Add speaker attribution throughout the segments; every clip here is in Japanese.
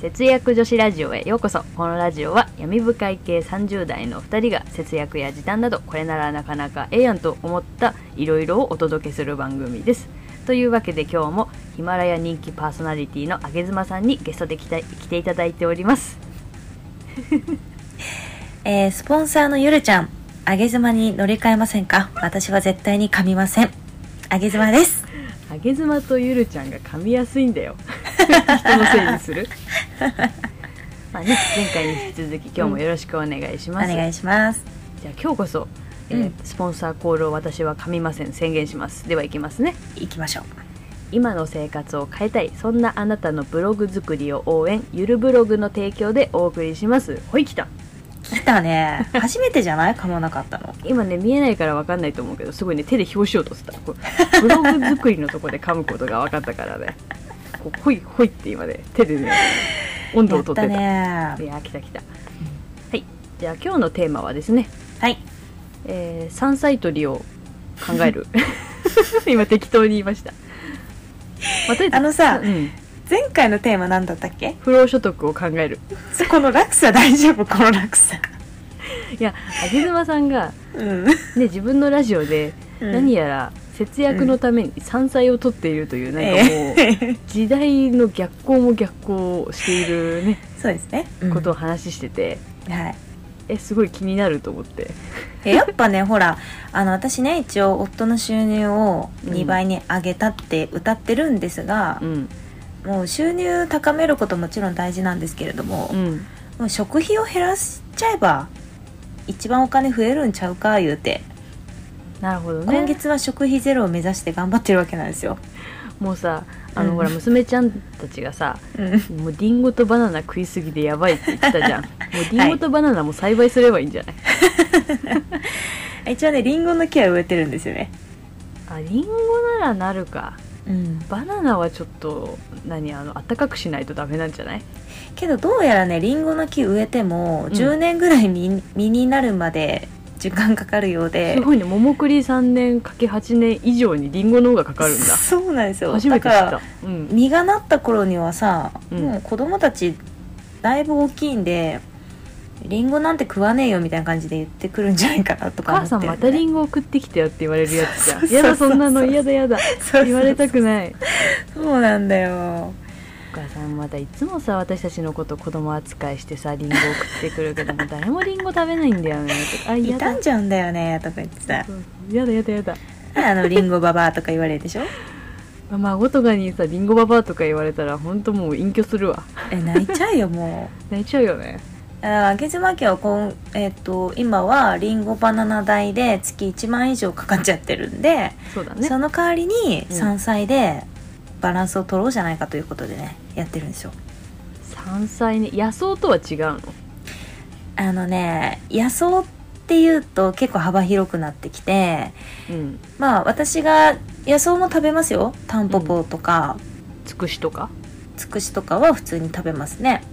Speaker 1: 節約女子ラジオへようこそこのラジオは闇深い系30代の2人が節約や時短などこれならなかなかええやんと思ったいろいろをお届けする番組ですというわけで今日もヒマラヤ人気パーソナリティのあげずまさんにゲストで来た来ていただいております
Speaker 2: えースポンサーのゆるちゃん、あげ妻に乗り換えませんか私は絶対に噛みません。あげ妻です。
Speaker 1: あげずまとゆるちゃんが噛みやすいんだ よ人のせいにするまあね前回に引き続き今日もよろしくお願いし
Speaker 2: お
Speaker 1: ます、
Speaker 2: 願いします。
Speaker 1: じゃあ今日こそ、えー
Speaker 2: うん
Speaker 1: スポンサーコールを私は噛みません宣言しますではいきますね
Speaker 2: 行きましょう。
Speaker 1: 今の生活を変えたいそんなあなたのブログ作りを応援ゆるブログの提供でお送りしますほいきた
Speaker 2: 来 たね。初めてじゃない噛まなかったの。
Speaker 1: 今ね見えないから分かんないと思うけどすごいね手で表紙を取ってたこうブログ作りのとこで噛むことが分かったからねこうほいほいって今ね手でね温度
Speaker 2: や
Speaker 1: を
Speaker 2: っ
Speaker 1: 取ったてた
Speaker 2: ね
Speaker 1: い。やー来た来たはいじゃあ今日のテーマはですね
Speaker 2: はい。
Speaker 1: えー山菜採りを考え る今適当に言いました、まあとりあえず
Speaker 2: あのさ
Speaker 1: うん
Speaker 2: 前回のテーマ何だったっけ
Speaker 1: 不労所得を考える
Speaker 2: この落差大丈夫この落差。
Speaker 1: いや秋沼さんが、
Speaker 2: うん。
Speaker 1: ね、自分のラジオで何やら節約のために山菜を取っているという、なんかもう、
Speaker 2: え
Speaker 1: 時代の逆行も逆行をしている、ね、
Speaker 2: そうですね。
Speaker 1: ことを話してて
Speaker 2: はい。
Speaker 1: えすごい気になると思って
Speaker 2: えやっぱねほらあの私ね一応夫の収入を
Speaker 1: うん
Speaker 2: 2倍に上げたって歌ってるんですが
Speaker 1: う、ん
Speaker 2: もう収入高めることもちろん大事なんですけれども、
Speaker 1: うん
Speaker 2: もう食費を減らしちゃえば一番お金増えるんちゃうか言うて、
Speaker 1: なるほどね
Speaker 2: 今月は食費ゼロを目指して頑張ってるわけなんですよ。
Speaker 1: もうさあの、
Speaker 2: うん
Speaker 1: ほら娘ちゃんたちがさ
Speaker 2: うん
Speaker 1: もうリンゴとバナナ食いすぎでやばいって言ってたじゃんもうリンゴとバナナも栽培すればいいんじゃない、
Speaker 2: 一応ねリンゴの木は植えてるんですよね。
Speaker 1: あリンゴならなるか
Speaker 2: うん、
Speaker 1: バナナはちょっと何あの暖かくしないとダメなんじゃない
Speaker 2: けどどうやらねリンゴの木植えても
Speaker 1: ん。
Speaker 2: 10年ぐらい実実になるまで時間かかるようです
Speaker 1: ごいね桃栗3年かけ8年以上にリンゴの方がかかるんだ
Speaker 2: そうなんですよ。
Speaker 1: 初めて知っ
Speaker 2: だから
Speaker 1: たうん
Speaker 2: 実がなった頃にはさ、
Speaker 1: うん
Speaker 2: もう子供たちだいぶ大きいんでリンゴなんて食わねえよみたいな感じで言ってくるんじゃないかなと
Speaker 1: お
Speaker 2: か思
Speaker 1: 母
Speaker 2: って
Speaker 1: さんまたリ
Speaker 2: ン
Speaker 1: ンゴ送ってきてよって言われるやつじゃ
Speaker 2: そ
Speaker 1: ん嫌だ
Speaker 2: うそうそうそう
Speaker 1: そんなの嫌だ嫌だ
Speaker 2: ゴ
Speaker 1: 言われたくない
Speaker 2: そうなんだよ
Speaker 1: お母さんまたいつもさ私たちのこと子供扱いしてさリンゴ送ってくるけども誰もリンゴ食べないんだよねとかあ嫌だ
Speaker 2: 傷んじゃうんだよねとか言ってさ
Speaker 1: そうやだやだやだ
Speaker 2: あのリンゴババアとか言われるでしょ
Speaker 1: まあ孫とかにさリンゴババアとか言われたら本当もう隠居するわ
Speaker 2: え泣いちゃうよもう
Speaker 1: 泣いちゃうよね
Speaker 2: あー明妻家はこん、えっと今はリンゴバナナ代で月1万円以上かかっちゃってるんで、
Speaker 1: そうだね
Speaker 2: その代わりに
Speaker 1: うん
Speaker 2: 山菜でバランスを取ろうじゃないかということでねやってるんですよ
Speaker 1: 山菜ね野草とは違うの
Speaker 2: あのね野草っていうと結構幅広くなってきて
Speaker 1: うん
Speaker 2: まあ私が野草も食べますよタンポポとか、
Speaker 1: つくしとか
Speaker 2: つくしとかは普通に食べますね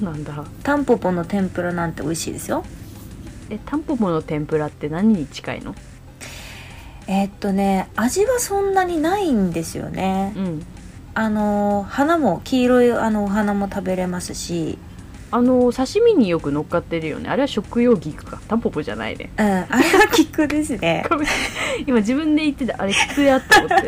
Speaker 1: そうなんだ
Speaker 2: タンポポの天ぷらなんて美味しいですよ
Speaker 1: えタンポポの天ぷらって何に近いの
Speaker 2: えーっとね味はそんなにないんですよね
Speaker 1: うん
Speaker 2: あの花も黄色いあのお花も食べれますし、
Speaker 1: あの刺身によく乗っかってるよねあれは食用菊かタンポポじゃないね
Speaker 2: うん、あれは菊ですね
Speaker 1: ごめん今自分で言ってたあれ菊やと思って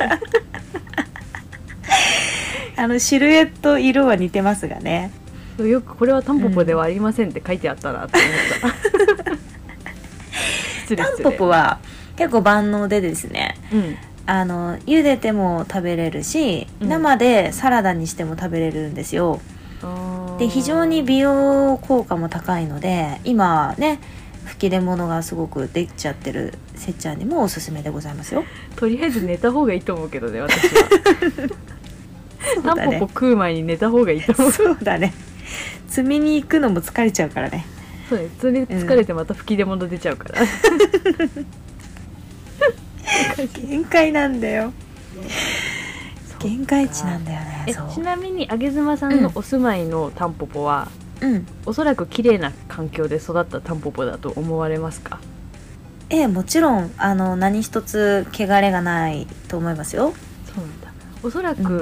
Speaker 2: あのシルエット色は似てますがね
Speaker 1: そう よくこれはタンポポではありませんって書いてあったなって思った、 失礼
Speaker 2: タ
Speaker 1: 失礼
Speaker 2: ンポポは結構万能でですね
Speaker 1: うん
Speaker 2: あの茹でても食べれるし、
Speaker 1: うん
Speaker 2: 生でサラダにしても食べれるんですよ
Speaker 1: あー
Speaker 2: で非常に美容効果も高いので今ね吹き出物がすごくできちゃってるせっちゃんにもおすすめでございま すよ
Speaker 1: とりあえず寝た方がいいと思うけどね私はタンポポ食う前に寝た方がいいと思う
Speaker 2: そうだね積みに行くのも疲れちゃうからね
Speaker 1: そうねそれで疲れてまた吹き出物出ちゃうから、
Speaker 2: 限界なんだよ限界値なん
Speaker 1: だ
Speaker 2: だよね
Speaker 1: え
Speaker 2: そう
Speaker 1: ちなみにあげずまさんのお住まいのタンポポは、
Speaker 2: うん
Speaker 1: おそらく綺麗な環境で育ったタンポポだと思われますか
Speaker 2: ええもちろんあの何一つ汚れがないと思いますよ、
Speaker 1: そうなんだおそらく、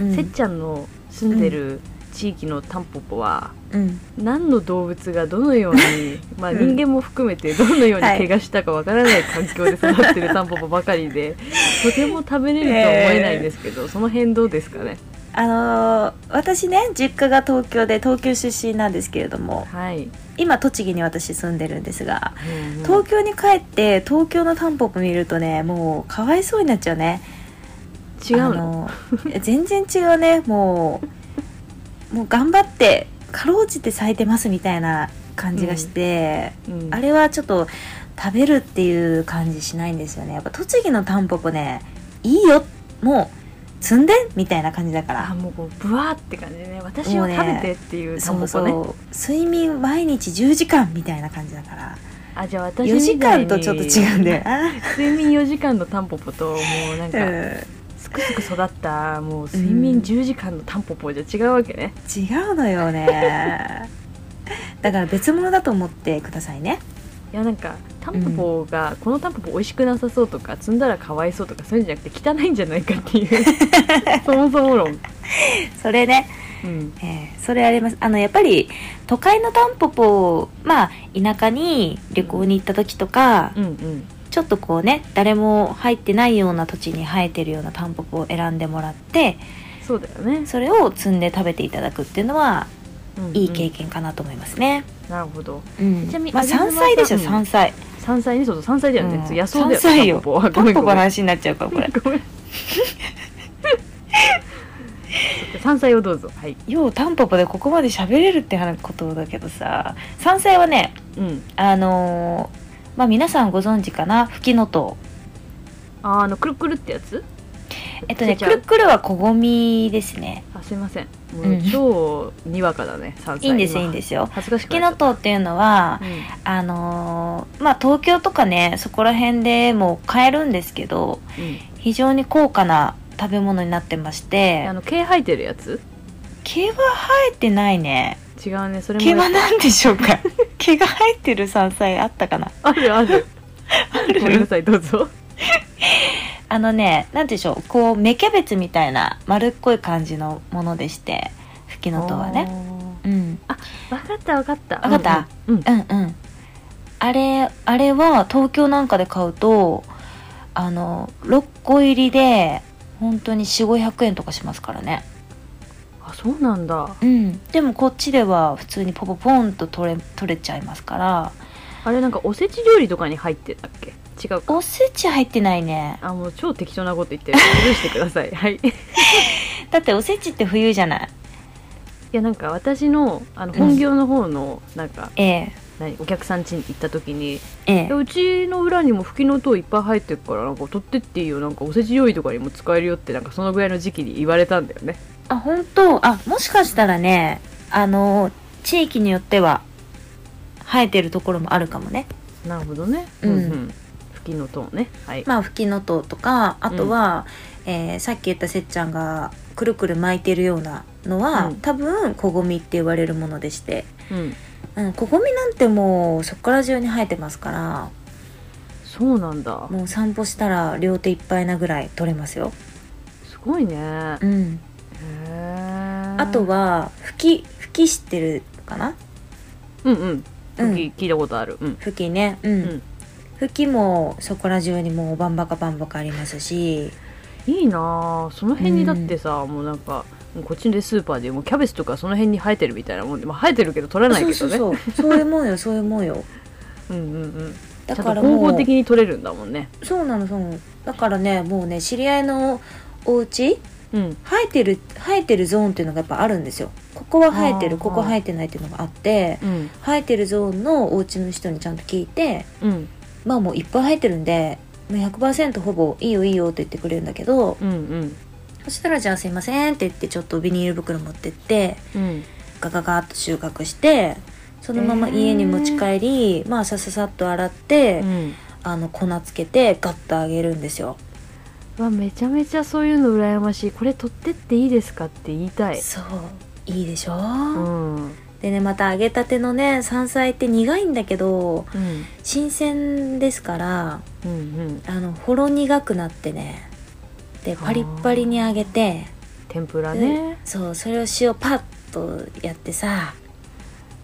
Speaker 2: うん
Speaker 1: せっちゃんの住んでる地域のタンポポは
Speaker 2: うん
Speaker 1: 何の動物がどのようにまあ人間も含めてどのように
Speaker 2: はい
Speaker 1: 怪我したかわからない環境で育ってるタンポポばかりで、とても食べれるとは思えないんですけど、その辺どうですかね
Speaker 2: あのー私ね実家が東京で東京出身なんですけれども
Speaker 1: はい、
Speaker 2: 今栃木に私住んでるんですが
Speaker 1: うんうん
Speaker 2: 東京に帰って東京のタンポポ見るとねもうかわいそうになっちゃうね
Speaker 1: 違うの
Speaker 2: あのいや全然違うねもうもう頑張ってかろうじて咲いてますみたいな感じがして、
Speaker 1: うん
Speaker 2: あれはちょっと食べるっていう感じしないんですよねやっぱ栃木のタンポポねいいよもう積んでみたいな感じだか
Speaker 1: あ
Speaker 2: ら
Speaker 1: もうこうブワーって感じね私を食べてっていうタ
Speaker 2: そ
Speaker 1: ンポポね
Speaker 2: うそう睡眠毎日10時間みたいな感じだから
Speaker 1: あじゃあ私
Speaker 2: 4時
Speaker 1: みたい
Speaker 2: 間
Speaker 1: に
Speaker 2: とちょっと違 うんだよな、
Speaker 1: 睡眠4時間のタンポポと もうなん
Speaker 2: う
Speaker 1: か
Speaker 2: ん
Speaker 1: すくすく育ったもう睡眠10時間のタンポポじゃ違うわけね、
Speaker 2: 違うの よねだから別物だと思ってくださいね
Speaker 1: いやなんかタンポポが、このタンポポ美味しくなさそうとか積んだらかわいそうとかそういうんじゃなくて汚いんじゃないかっていう そもそも論、
Speaker 2: それね
Speaker 1: うん
Speaker 2: えーそれありますあのやっぱり都会のタンポポまあ田舎に旅行に行った時とか、
Speaker 1: うんうん
Speaker 2: ちょっとこうね誰も入ってないような土地に生えてるようなタンポポを選んでもらって
Speaker 1: そうだよね、
Speaker 2: それを摘んで食べていただくっていうのは
Speaker 1: うんうん
Speaker 2: いい経験かなと思いますね、
Speaker 1: なるほど
Speaker 2: うん
Speaker 1: ちなみに
Speaker 2: まあ、
Speaker 1: あげずま
Speaker 2: 山
Speaker 1: さん
Speaker 2: 菜でしょ
Speaker 1: うん
Speaker 2: 山菜
Speaker 1: 山菜にそうそう山菜だよね、
Speaker 2: うん
Speaker 1: 野草だよ
Speaker 2: 山菜よ
Speaker 1: タンポポは
Speaker 2: タ
Speaker 1: ごめ
Speaker 2: ン
Speaker 1: ん
Speaker 2: ポ
Speaker 1: ご
Speaker 2: ポ
Speaker 1: め
Speaker 2: の
Speaker 1: ん
Speaker 2: 話になっちゃうからこれ
Speaker 1: ごめん。山菜をどうぞ。はい。
Speaker 2: ようタンポポでここまで喋れるってことだけどさ山菜はね
Speaker 1: うん。
Speaker 2: あのーまあ皆さんご存知かなフキノトウ
Speaker 1: あーあのくるくるってやつ？
Speaker 2: えっとね、
Speaker 1: 捨てち
Speaker 2: く
Speaker 1: ゃう
Speaker 2: るくるはこごみですね。
Speaker 1: あすいません。も
Speaker 2: う
Speaker 1: うん超にわかだね。山菜。。
Speaker 2: いいんですいいんですすよ。
Speaker 1: 恥ずかしく
Speaker 2: き
Speaker 1: なっち
Speaker 2: の
Speaker 1: ゃ
Speaker 2: とうっていうのは
Speaker 1: った。、うん
Speaker 2: あのーまあ東京とかね、そこら辺でもう買えるんですけど、非常に高価な食べ物になってまし
Speaker 1: うん。
Speaker 2: て
Speaker 1: あ、の毛生えてるやつ？
Speaker 2: 毛は生えてないね。
Speaker 1: 違うね。それ
Speaker 2: 毛
Speaker 1: も
Speaker 2: は何でしょうか 毛が生えてる山菜あったかな
Speaker 1: あるある。ごめんなさいどうぞ。
Speaker 2: あのね、なんでしょう、こう、芽キャベツみたいな丸っこい感じのものでして、フキノトウはね。
Speaker 1: ね。
Speaker 2: うん。
Speaker 1: わかったわかった。
Speaker 2: わかった
Speaker 1: うんうん。うん。
Speaker 2: うんうんあれあれは東京なんかで買うとあの6個入りで本当に4500円とかしますからね
Speaker 1: あそうなんだ。
Speaker 2: うんでもこっちでは普通にポポポンと取れ取れちゃいますから
Speaker 1: あれなんかおせち料理とかに入ってたっけ？違うか。
Speaker 2: おせち入ってないね
Speaker 1: あもう超適当なこと言ってる。許してください。はい。
Speaker 2: だっておせちって冬じゃない
Speaker 1: いやなんか私のあの本業の方のなんか、
Speaker 2: ええ
Speaker 1: 何お客さん家に行った時にい
Speaker 2: ええ
Speaker 1: やうちの裏にもフキノトウいっぱい生えてるからなんか取ってっていいよなんかおせち料理とかにも使えるよってなんかそのぐらいの時期に言われたんだよね
Speaker 2: あ本当あもしかしたらねあの地域によっては生えてるところもあるかもね
Speaker 1: なるほどね
Speaker 2: うん
Speaker 1: フキノトウねはい、
Speaker 2: まあ、フキノトウとかあとは、えーさっき言ったせっちゃんがくるくる巻いてるようなのは、
Speaker 1: うん
Speaker 2: 多分こごみって言われるものでして、
Speaker 1: うん、
Speaker 2: うん、こごみなんてもうそっから中に生えてますから
Speaker 1: そうなんだ
Speaker 2: もう散歩したら両手いっぱいなぐらい取れますよ。
Speaker 1: すごいねへ
Speaker 2: うん、
Speaker 1: え
Speaker 2: あとはふきふき知ってるかな
Speaker 1: うんうん
Speaker 2: うん
Speaker 1: 聞き聞いたことあるうん
Speaker 2: ふきね、うん
Speaker 1: うん
Speaker 2: ふきもそこら中にもうバンバカバンバカありますし
Speaker 1: いいなあその辺にだってさ、もうなんかもうこっちでスーパーでもうキャベツとかその辺に生えてるみたいなもんで、まあ、生えてるけど取らない
Speaker 2: そう
Speaker 1: け
Speaker 2: そ
Speaker 1: ど
Speaker 2: う
Speaker 1: ね
Speaker 2: そうそういうもんよそういうも んよ
Speaker 1: うんうんうん
Speaker 2: だ
Speaker 1: ちゃんと
Speaker 2: から
Speaker 1: 合
Speaker 2: も
Speaker 1: 法
Speaker 2: う
Speaker 1: 的に取れるんだもんね
Speaker 2: そうなのそうなのだからねもうね知り合いのお家
Speaker 1: うん
Speaker 2: 生えてる生えてるゾーンっていうのがやっぱあるんですよここは生えて
Speaker 1: あ
Speaker 2: る
Speaker 1: ー
Speaker 2: ここ生えてないっていうのがあって
Speaker 1: うん
Speaker 2: 生えてるゾーンのお家の人にちゃんと聞いて
Speaker 1: うん
Speaker 2: まあもういっぱい生えてるんでもう100%ほぼいいよいいよって言ってくれるんだけど
Speaker 1: うんうん
Speaker 2: そしたらじゃあすいませんって言ってちょっとビニール袋持ってって
Speaker 1: うん
Speaker 2: ガガガッと収穫してそのまま家に持ち帰り、まあさささっと洗って、
Speaker 1: うん
Speaker 2: あの粉つけてガッとあげるんですよ。
Speaker 1: うわめちゃめちゃそういうの羨ましいこれ取ってっていいですかって言いたい
Speaker 2: そういいでしょ、
Speaker 1: うん、うん、
Speaker 2: でねまた揚げたてのね山菜って苦いんだけど
Speaker 1: うん
Speaker 2: 新鮮ですから
Speaker 1: うん
Speaker 2: あのほろ苦くなってねでパリッパリに揚げて
Speaker 1: 天ぷら
Speaker 2: で
Speaker 1: ね
Speaker 2: そうそれを塩パッとやってさ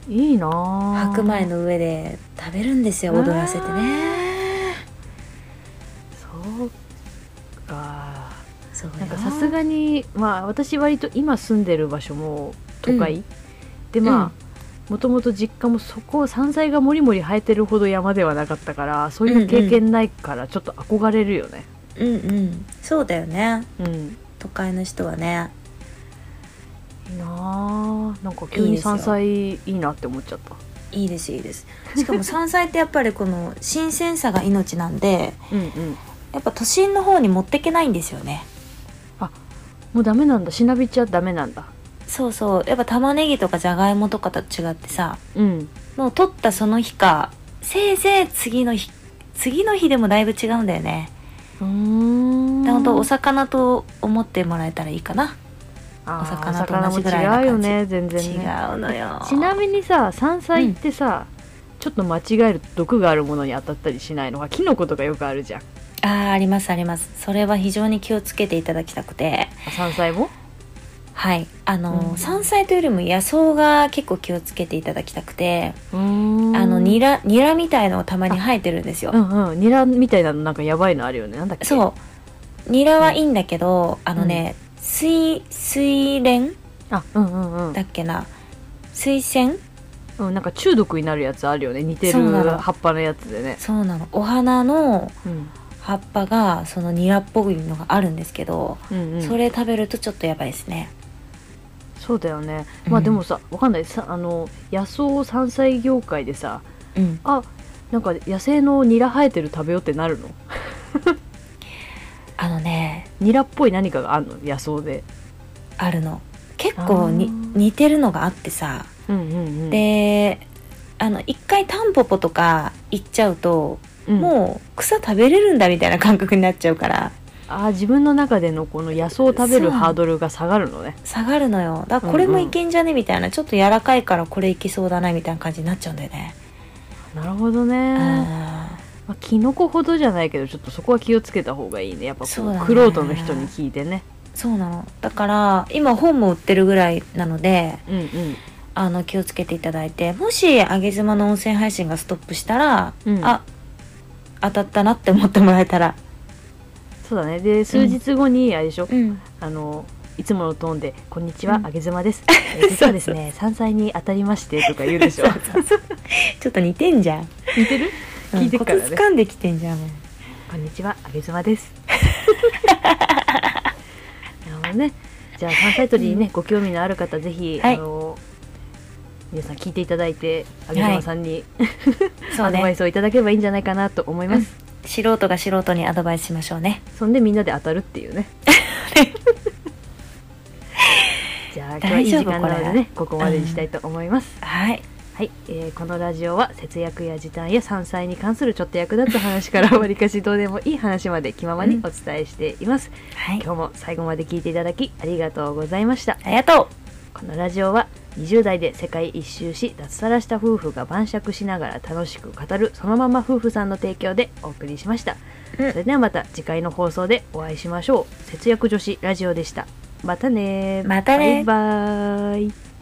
Speaker 1: いいなぁ
Speaker 2: 白米の上で食べるんですよ
Speaker 1: あー
Speaker 2: 踊らせてね
Speaker 1: そうか
Speaker 2: そうよ
Speaker 1: なんかさすがにまあ私割と今住んでる場所も都会、で
Speaker 2: うん
Speaker 1: まあもともと実家もそこ山菜がもりもり生えてるほど山ではなかったからそういう経験ないからちょっと憧れるよね
Speaker 2: うんうんそうだよね
Speaker 1: うん、
Speaker 2: 都会の人はね
Speaker 1: いいなぁなんか急
Speaker 2: いい
Speaker 1: に
Speaker 2: ですよ
Speaker 1: 山菜いいなって思っちゃった
Speaker 2: いいですいいですしかも山菜ってやっぱりこの新鮮さが命なんで
Speaker 1: うんうん
Speaker 2: やっぱ都心の方に持ってけないんですよね
Speaker 1: もうダメなんだしなびちゃダメなんだ
Speaker 2: そうそうやっぱ玉ねぎとかじゃがいもとかと違ってさ
Speaker 1: うん
Speaker 2: もう取ったその日かせいぜい次の日次の日でもだいぶ違うんだよね
Speaker 1: うーん
Speaker 2: だほんとお魚と思ってもらえたらいいかな、
Speaker 1: あー
Speaker 2: お魚と
Speaker 1: お魚
Speaker 2: 同
Speaker 1: も
Speaker 2: じぐらいな感
Speaker 1: 違
Speaker 2: じ
Speaker 1: うよね全然
Speaker 2: 違
Speaker 1: ね
Speaker 2: うのよ
Speaker 1: ちなみにさ山菜ってさ、ちょっと間違えると毒があるものに当たったりしないのがキノコとかよくあるじゃん
Speaker 2: あーありますありますそれは非常に気をつけていただきたくて
Speaker 1: あ山菜も
Speaker 2: はいあの、
Speaker 1: うん
Speaker 2: 山菜というよりも野草が結構気をつけていただきたくて、
Speaker 1: うーん
Speaker 2: あのニラニラみたいのがたまに生えてるんですよ、
Speaker 1: うんうんニラみたいなのなんかやばいのあるよねなんだっけう
Speaker 2: そうニラはいいんだけど、あのね水水蓮
Speaker 1: あうんうんうん
Speaker 2: だっけな水仙
Speaker 1: うんなんか中毒になるやつあるよね似て
Speaker 2: そう
Speaker 1: る
Speaker 2: なの
Speaker 1: 葉っぱのやつでね
Speaker 2: そうなのお花の
Speaker 1: うん
Speaker 2: 葉っぱがそのニラっぽいのがあるんですけど、
Speaker 1: うんうん
Speaker 2: それ食べるとちょっとやばいですね
Speaker 1: そうだよね
Speaker 2: うん
Speaker 1: まあでもさわかんないさあの野草山菜業界でさ
Speaker 2: うん
Speaker 1: あなんか野生のニラ生えてる食べようってなるの
Speaker 2: あのね
Speaker 1: ニラっぽい何かがあるの野草で
Speaker 2: あるの結構に
Speaker 1: あー
Speaker 2: 似てるのがあってさ、
Speaker 1: うんうんうん
Speaker 2: であの一回タンポポとか行っちゃうと、
Speaker 1: うん
Speaker 2: もう草食べれるんだみたいな感覚になっちゃうから
Speaker 1: あー自分の中でのこの野草を食べるハードルが下がるのね
Speaker 2: 下がるのよだからこれもいけんじゃねみたいな、ちょっと柔らかいからこれいけそうだなみたいな感じになっちゃうんだよね、
Speaker 1: なるほどね、
Speaker 2: うん
Speaker 1: まあ、キノコほどじゃないけどちょっとそこは気をつけた方がいいねやっぱこ
Speaker 2: そうだね
Speaker 1: うくろうとの人に聞いてね
Speaker 2: そうなのだから今本も売ってるぐらいなので
Speaker 1: うんうん
Speaker 2: あの気をつけていただいてもし上げ妻の音声配信がストップしたら、
Speaker 1: うん
Speaker 2: あ当たったなって思ってもらえたら、
Speaker 1: そうだねで数日後にあれでしょ、
Speaker 2: うん、
Speaker 1: あのいつものトーンで「こんにちは、
Speaker 2: うん
Speaker 1: あげずまです」えー「実はです ね山菜に当たりまして」とか言うでしょ
Speaker 2: ちょっと似てんじゃん、
Speaker 1: 似てる
Speaker 2: うん、
Speaker 1: 聞いてっからね
Speaker 2: コツ掴んできてんじゃんもう
Speaker 1: こんにちは、あげずま です。なるほどね。じゃあ、山菜採りにね、ご興味のある方、ぜひ、
Speaker 2: はい
Speaker 1: あの。皆さん聞いていただいて、あげずまさんに、
Speaker 2: そう
Speaker 1: アドバイ
Speaker 2: ね
Speaker 1: スをいただければいいんじゃないかなと思います。
Speaker 2: 素人が素人にアドバイスしましょうね
Speaker 1: そんで、みんなで当たるっていう ね。じゃあ、今日はいい時間なので
Speaker 2: 大丈
Speaker 1: ね、ここまでにしたいと思います。
Speaker 2: はい
Speaker 1: はい、えーこのラジオは節約や時短や山菜に関するちょっと役立つ話からわりかしどうでもいい話まで気ままにお伝えしています、
Speaker 2: はい
Speaker 1: 今日も最後まで聞いていただきありがとうございました
Speaker 2: ありがと
Speaker 1: このラジオは20代で世界一周し脱サラした夫婦が晩酌しながら楽しく語るそのまま夫婦さんの提供でお送りしました、
Speaker 2: うん
Speaker 1: それではまた次回の放送でお会いしましょう節約女子ラジオでしたまたね
Speaker 2: またね
Speaker 1: バイバーイ